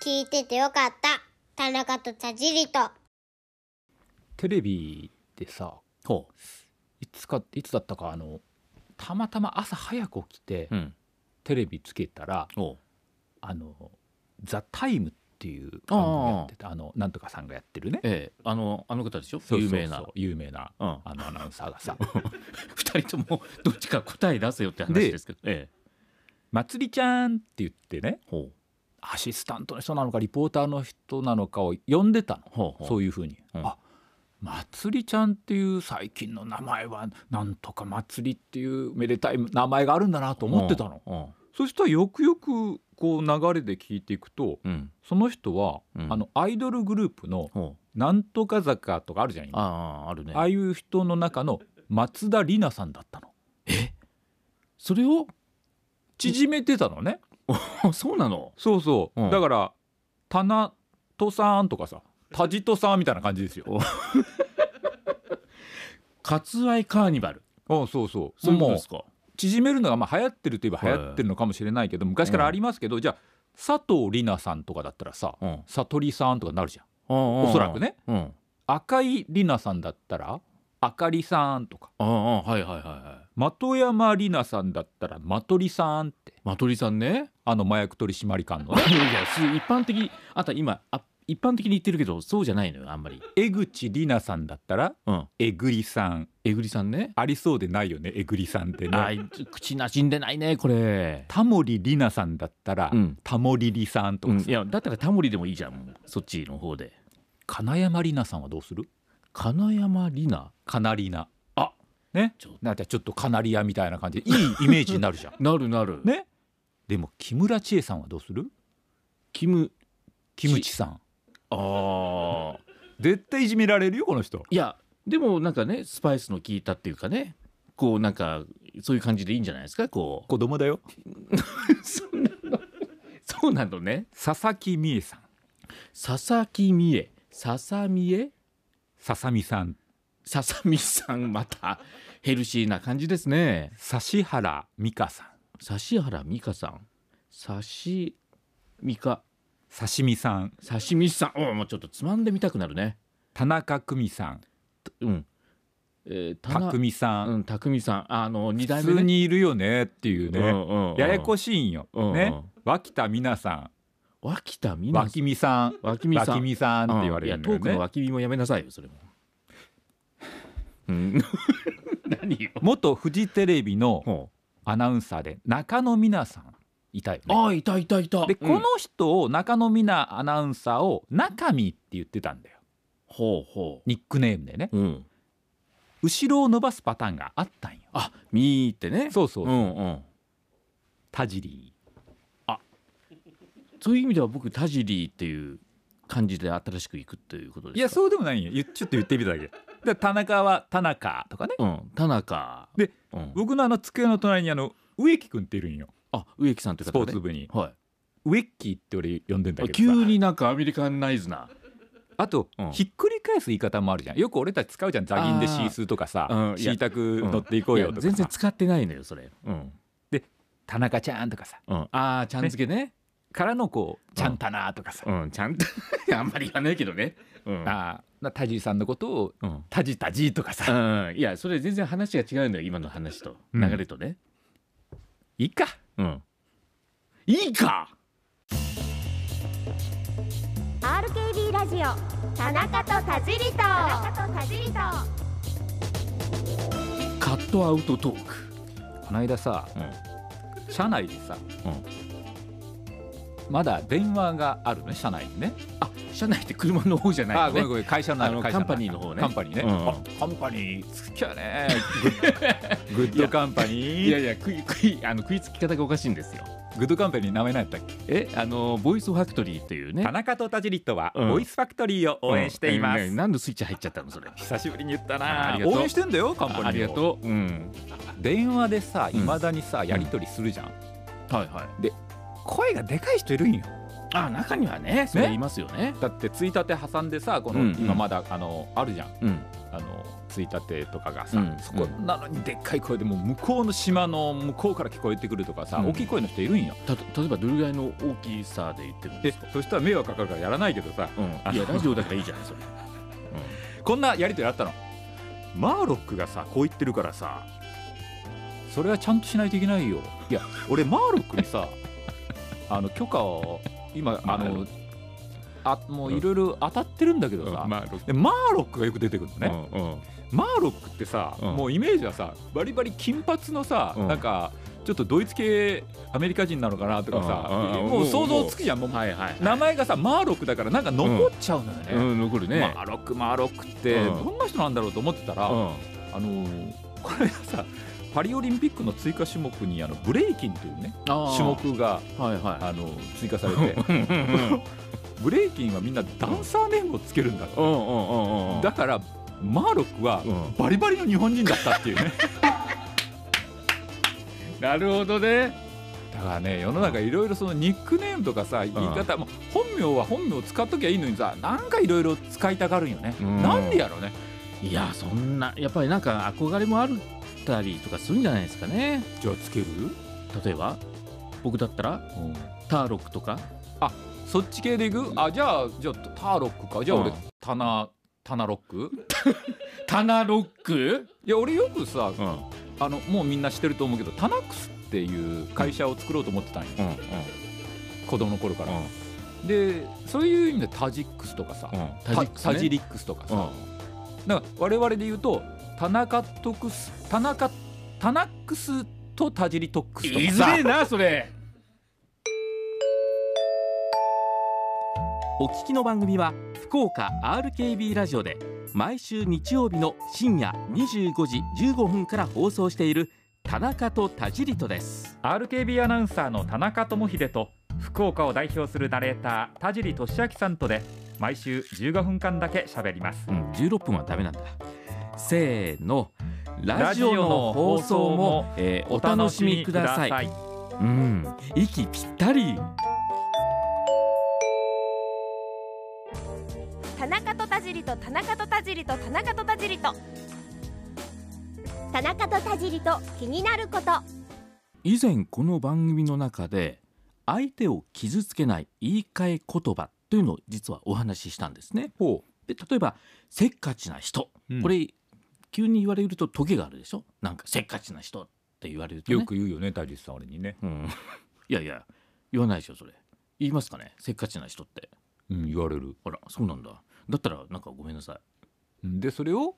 聞いててよかった。田中と田尻と。テレビでさほいつかいつだったかあのたまたま朝早く起きて、う。うん。テレビつけたらおう。あのザタイムっていう番組やってたあのなんとかさんがやってるねええ、あの、あの方でしょそうそう有そう名な。有名なうん。あ のアナウンサーがさ二人とも、どっちか答え出せよって話でですけど。ええ。まつりちゃんって言ってねほう。アシスタントの人なのかリポーターの人なのかを呼んでたのほう。そいういうふうに、うんあまつりちゃんっていう最近の名前はなんとかまつりっていうめでたい名前があるんだなと思ってたの、の。そしたらよくよくこう流れで聞いていくとうん。うん。その人は、うんあのアイドルグループのほう。なんとか坂とかあるじゃん今ああ、あるねあ。あいう人の中の松田里奈さんだったのそれを。縮めてたのねあ そうなの。そうそう、うんだから田名とさんとかさ田地とさんみたいな感じですよお割愛カーニバル。あそうそうそういうこともでうすか。縮めるのがまあ流行ってるといえば流行ってるのかもしれないけど昔からありますけど、じゃあ佐藤里奈さんとかだったらさうん。悟りさんとかになるじゃんおおそらくね。うん。赤井里奈さんだったらあかりさんとかああ、はいはいはいは的山里奈さんだったらまとりさんってい。マトリさんね。あの麻薬取締官の いねやいや、す一般的、あと今、あ、一般的に言ってるけど、そうじゃないのよ、あんまり。江口里奈さんだったらうん。えぐりさんえぐりさんね。ありそうでないよねえぐりさんってあねー口なじんでないねこれ、タモリ里奈さんだったら、うんタモリリさんとかさ、いやだったらタモリでもいいじゃんもうそっちの方で金山里奈さんはどうする金山里奈カナリナあねちょなんかちょっとカナリアみたいな感じでいいイメージになるじゃんなる なる、ねでも木村千恵さんはどうするキムキムチさんああ絶対いじめられるよこの人いやでもなんかねスパイスの効いたっていうかねこうなんかそういう感じでいいんじゃないですかこ子供だようそんなのそうなのね佐々木美恵さん佐々木美恵佐々美恵ささみさん佐々美さんまた ヘルシーな感じですね指原美香さん指原美香さん指美香刺身さん刺身さんおうもうちょっとつまんでみたくなるね田中久美さんうんえー、たな匠さうんん匠さんあの二代普目通ねにいるよねっていううねんうんうんややこしいんようんうんね脇田美奈さ脇田美ん奈脇美さん脇見さん脇美さんって言われるうんんだいやよトークのね脇見もやめなさいよそれもうん 何よ元フジテレビのほアナウンサーで中野美奈さんいたようねああいたいたいたでうこのん人を中野美奈アナウンサーを中身って言ってたんだよほうほニックネームでねううん後ろを伸ばすパターンがあったんよあみーってねそうそうう、んうん田尻そういう意味では僕田尻っていう感じで新しくいくっていうことですかいやそうでもないんよゆちょっと言ってみただけ で田中は田中とかねうん田中で、うん、僕のあの机の隣にあの植木君っているんよあ植木さんというス方、ポね、ーツ部にはい植木って俺呼んでんだけどさ急になんかアメリカンナイズな、あと、うんひっくり返す言い方もあるじゃんよく俺たち使うじゃんザギンでシースーとかあさーうんいやシータク乗っていこうよとかさ、全然使ってないのよそれ、うん田中ちゃんとかさうん、ああちゃん付けねからのこうちゃんたなとかさ、うんちゃんと あんまり言わないけどねうんあーな田尻さんのことをうん田尻田尻とかさ、うん、いやそれ全然話が違うんだよ今の話とうん流れとね、いいかうんいいか RKB ラジオ田中と田尻と田中と田尻とカットアウトトーク、この間さう社内でさ、うんまだ電話があるね社内にねん、あ社内って車の方じゃないあのごめんねごめん会社のああるの会社カンパニーの方ねカンパニーね、うんあカンパニー好きやね グッドカンパニーいやいや食い食いあの食いつき方がおかしいんですよグッドカンパニー名前何やったっけえあのボイスファクトリーっていうね田中と田尻とは、うんボイスファクトリーを応援しています、うん何のスイッチ入っちゃったのそれ久しぶりに言ったあなありがとう応援してんだよカンパニーをありがとううん電話でさいうんまだにさ、やり取りするじゃんはいはい声がでかい人いるんよあ中にはねそれいますよねだってついたて挟んでさこの、うん今まだあのあるじゃんうんあのついたてとかがさ、うんそこなのにでっかい声でもう向こうの島の向こうから聞こえてくるとかさ、うん大きい声の人いるんよた例えばどれぐらいの大きさで言ってるんでですかそしたら迷惑かかるからやらないけどさうん、いやラジオだからいいじゃないそれ、こんなやりとりあったのマーロックがさこう言ってるからさそれはちゃんとしないといけないよいや俺マーロックにさ あの許可を今あマーロのあもういろいろ当たってるんだけどうんさ、まあロッでマーロックがよく出てくるのクね、ね、マーロックってさ、うんもうイメージはさバリバリ金髪のさ、うんなんかちょっとドイツ系アメリカ人なのかなとかさ、うんうんもう想像つくじゃんもう、はいはい、名前がさマーロックだからなんか残っちゃうのよね、うん、残るね、マーロックマーロックってうんどんな人なんだろうと思ってたら、あのーこれがさパリオリンピックの追加種目にあのブレイキンというね種目がはいはあのー追加されて いうんうんブレイキンはみんなダンサーネームをつけるんだと、うんうんだからマーロックはうんバリバリの日本人だったっていうねなるほどね だからね世の中いろいろそのニックネームとかさ言い方、もう本名は本名を使っときゃいいのにさなんかいろいろ使いたがるんよね、うんなんでやろうねいやそんなやっぱりなんか憧れもあるったりとかするんじゃないですかねじゃあつける、例えば僕だったらターロックとかそっち系でいくあじゃあじゃあターロックかじゃあ俺、うんタナタナロックタナロック、いや俺よくさうんうんあのもうみんな知ってると思うけどタナックスっていう会社を作ろうと思ってたんようん子供の頃から、でそういう意味でタジックスとかさ、うん、タタジックスねタジリックスとかうさ、んだから我々で言うと田中トクス田中タナックスとタジリトックスといかずされなそれお聞きの番組は福岡 RKB ラジオで毎週日曜日の深夜25時15分から放送している田中と田尻とです RKB アナウンサーの田中智秀と福岡を代表するナレーター田尻俊明さんとで毎週15分間だけ喋りますうん、16分はダメなんだせーのラジオの放送も、えーお楽しみくださいいうん、息ぴったり田中と田尻と田中と田尻と田中と田尻と田中と田尻と気になること以前この番組の中で相手を傷つけない言い換え言葉というのを実はお話ししたんですねほで例えばせっかちな人、うんこれ急に言われるとトゲがあるでしょなんかせっかちな人って言われると、うね、よく言うよねタジさん俺にね、うん、 いやいや言わないでしょそれ言いますかねせっかちな人ってうん、言われるあらそうなんだだったらなんかごめんなさういんでそれを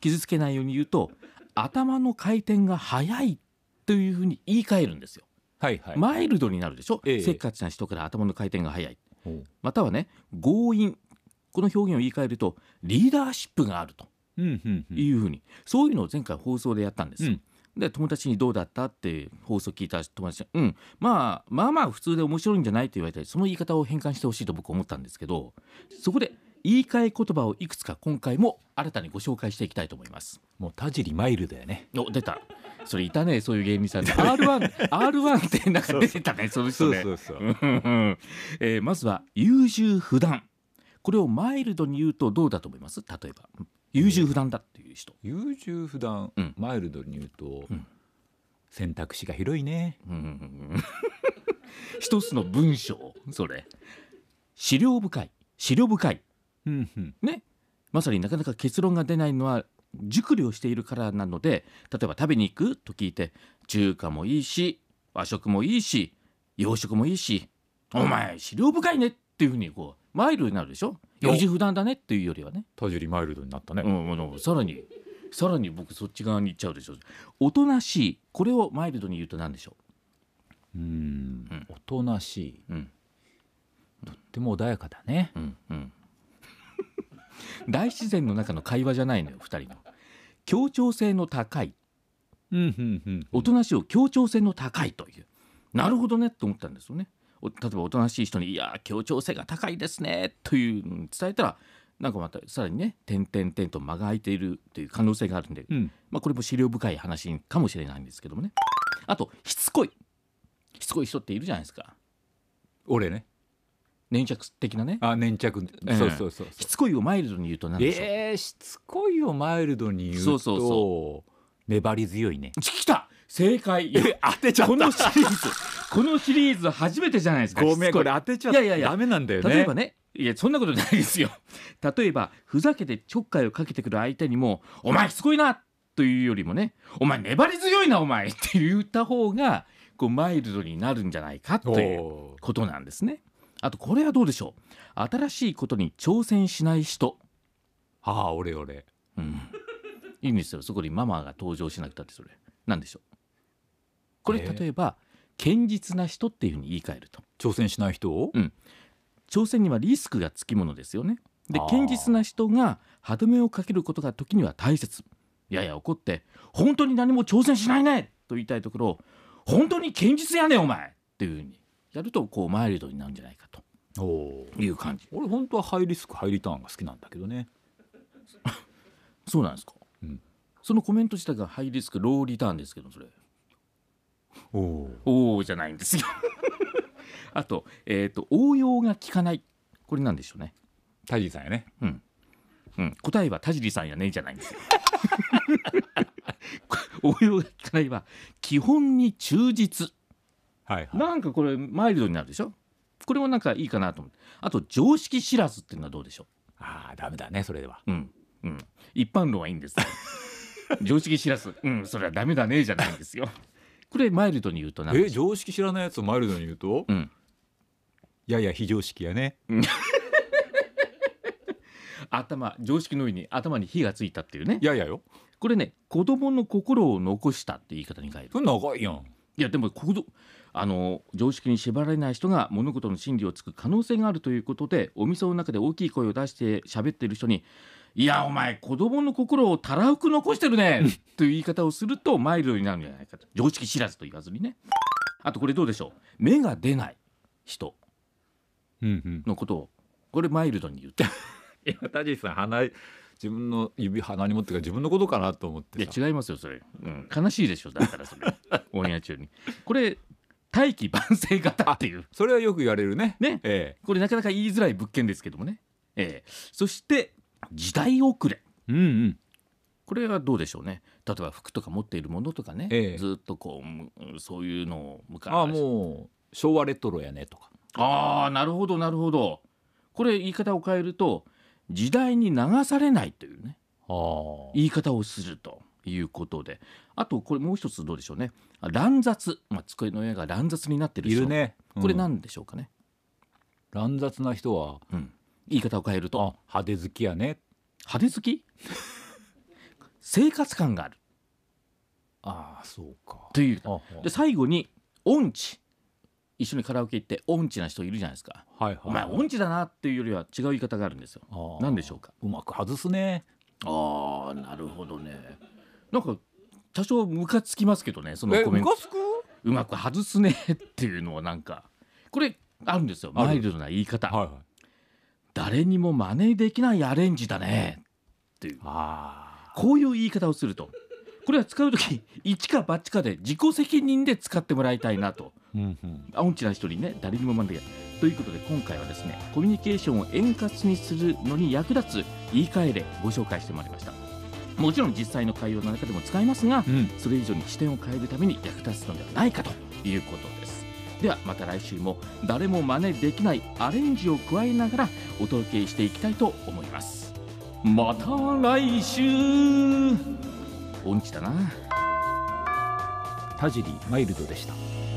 傷つけないように言うと頭の回転が速いというふうに言い換えるんですよ、はいはい、マイルドになるでしょ、ええせっかちな人から頭の回転が速いほうまたはね強引この表現を言い換えるとリーダーシップがあるとうんうんうんいうふうに、そういうのを前回放送でやったんですよ。うんで友達に「どうだった?」って放送聞いた友達に「うんまあまあまあ普通で面白いんじゃない?」って言われてその言い方を変換してほしいと僕思ったんですけどそこで言い換え言葉をいくつか今回も新たにご紹介していきたいと思います。もう田尻マイルだよねお出たそれいたねそういう芸 人さんで R1, R1 ってなんか出てたねその人ね。うそううんうん えーまずは優柔不断これをマイルドに言うとどうだと思います例えば優柔不断だっていう人、 優柔不断、うんマイルドに言うと、うん選択肢が広いねうんうんうん一つの文章それ資料深い資料深いうんうんねまさになかなか結論が出ないのは熟慮しているからなので例えば食べに行くと聞いて中華もいいし和食もいいし洋食もいいしお前資料深いねっていうふうにこうマイルドになるでしょよ四時不断だねっていうよりはね田尻マイルドになったね、うん、あのさらにさらに僕そっち側に行っちゃうでしょおとなしいこれをマイルドに言うと何でしょうーんうんおとなしい、うんとっても穏やかだねう、うんうん、 大自然の中の会話じゃないのよ二人の協調性の高いうんうんうんおとなしいを協調性の高いというなるほどねと思ったんですよねお例えばおとなしい人に「いやー協調性が高いですね」というのに伝えたらなんかまたさらにね点々点と間が空いているという可能性があるんで、うんまあ、これも資料深い話かもしれないんですけどもねあとしつこいしつこい人っているじゃないですか俺ね粘着的なねあ粘着、ええそうそうそうしそつこいをマイルドに言うと何うでしょう、えー、しつこいをマイルドに言うとそうそう粘り強いね来た正解え当てちゃったこのシリーズこのシリーズ初めてじゃないですかごめしんつここいれ当てちゃったいやいやいやダメなんだよね例えばねいやそんなことないですよ例えばふざけてちょっかいをかけてくる相手にも「お前しつこいな!」というよりもね「お前粘り強いなお前!」って言った方がこうマイルドになるんじゃないかというおーことなんですね。あとこれはどうでしょう新しいことに挑戦しない人、ああ俺俺うん、いいんですよそこにママが登場しなくたってそれなんでしょうこれえー例えば堅実な人っていうふうに言い換えると挑戦しない人を挑戦にはリスクがつきものですよね。であー堅実な人が歯止めをかけることが時には大切やや怒って「本当に何も挑戦しないね!」と言いたいところを「本当に堅実やねんお前!」っていうふうにやるとこうマイルドになるんじゃないかとおおいう感じ俺本当はハイリスクハイリターンが好きなんだけどねそうなんですか、うんそのコメント自体がハイリスクローリターンですけどそれおおおおじゃないんですよ あと,、えー、と応用が効かないこれなんでしょうね、タジーさんやねうん、答えは田尻さんやねじゃないんですよ 応用が効かないは基本に忠実はいはいなんかこれマイルドになるでしょこれもなんかいいかなと思ってあと常識知らずっていうのはどうでしょああダメだねそれではううんうん一般論はいい んです常識知らずうんそれはダメだねじゃないんですよこれマイルドに言うとなんでしょうえ常識知らないやつをマイルドに言うと、うんやや非常識やね頭常識の上に頭に火がついたっていうねややよこれね子供の心を残したって言い方に変えるそれ長いやんいやでもここあの常識に縛られない人が物事の真理をつく可能性があるということでお店の中で大きい声を出して喋っている人に「いやお前子供の心をたらふく残してるね」という言い方をするとマイルドになるんじゃないかと常識知らずと言わずにねあとこれどうでしょう目が出ない人うんうんのことをこれマイルドに言って今田尻さん鼻自分の指鼻に持ってから自分のことかなと思っいてさや違いますよそれ、うん、悲しいでしょだから それオンエア中にこれ大器晩成型っていうそれはよく言われるねねえこれなかなか言いづらい物件ですけどもね、ええそして時代遅れえうんうんこれはどうでしょうね例えば服とか持っているものとかね、ええずっとこうむそういうのを昔ああもう昭和レトロやねとかああなるほどなるほどこれ言い方を変えると時代に流されないというねああ言い方をするということであとこれもう一つどうでしょうねあ乱雑、まあ、机の上が乱雑になってるい人るね、これうん何でしょうかね、乱雑な人は言い方を変えると派手好きやね派手好き 生活感があるああそうかというああで最後に音痴一緒にカラオケ行って音痴な人いるじゃないですかはいはいお前音痴だなっていうよりは違う言い方があるんですよああ何でしょうかうまく外すねああなるほどねなんか多少ムカつきますけどねそのえコメムントカつくうまく外すねっていうのはなんかこれあるんですよあるマイルドな言い方、はいはい誰にも真似できないアレンジだねっていうあこういう言い方をするとこれは使う時一か八かで自己責任で使ってもらいたいなとあうんうんアンチな人にね誰にも真似できないということで今回はですねコミュニケーションを円滑にするのに役立つ言い換えでご紹介してまいりましたもちろん実際の会話の中でも使いますがうんそれ以上に視点を変えるために役立つのではないかということですではまた来週も誰も真似できないアレンジを加えながらお届けしていきたいと思いますまた来週音痴だな田尻マイルドでした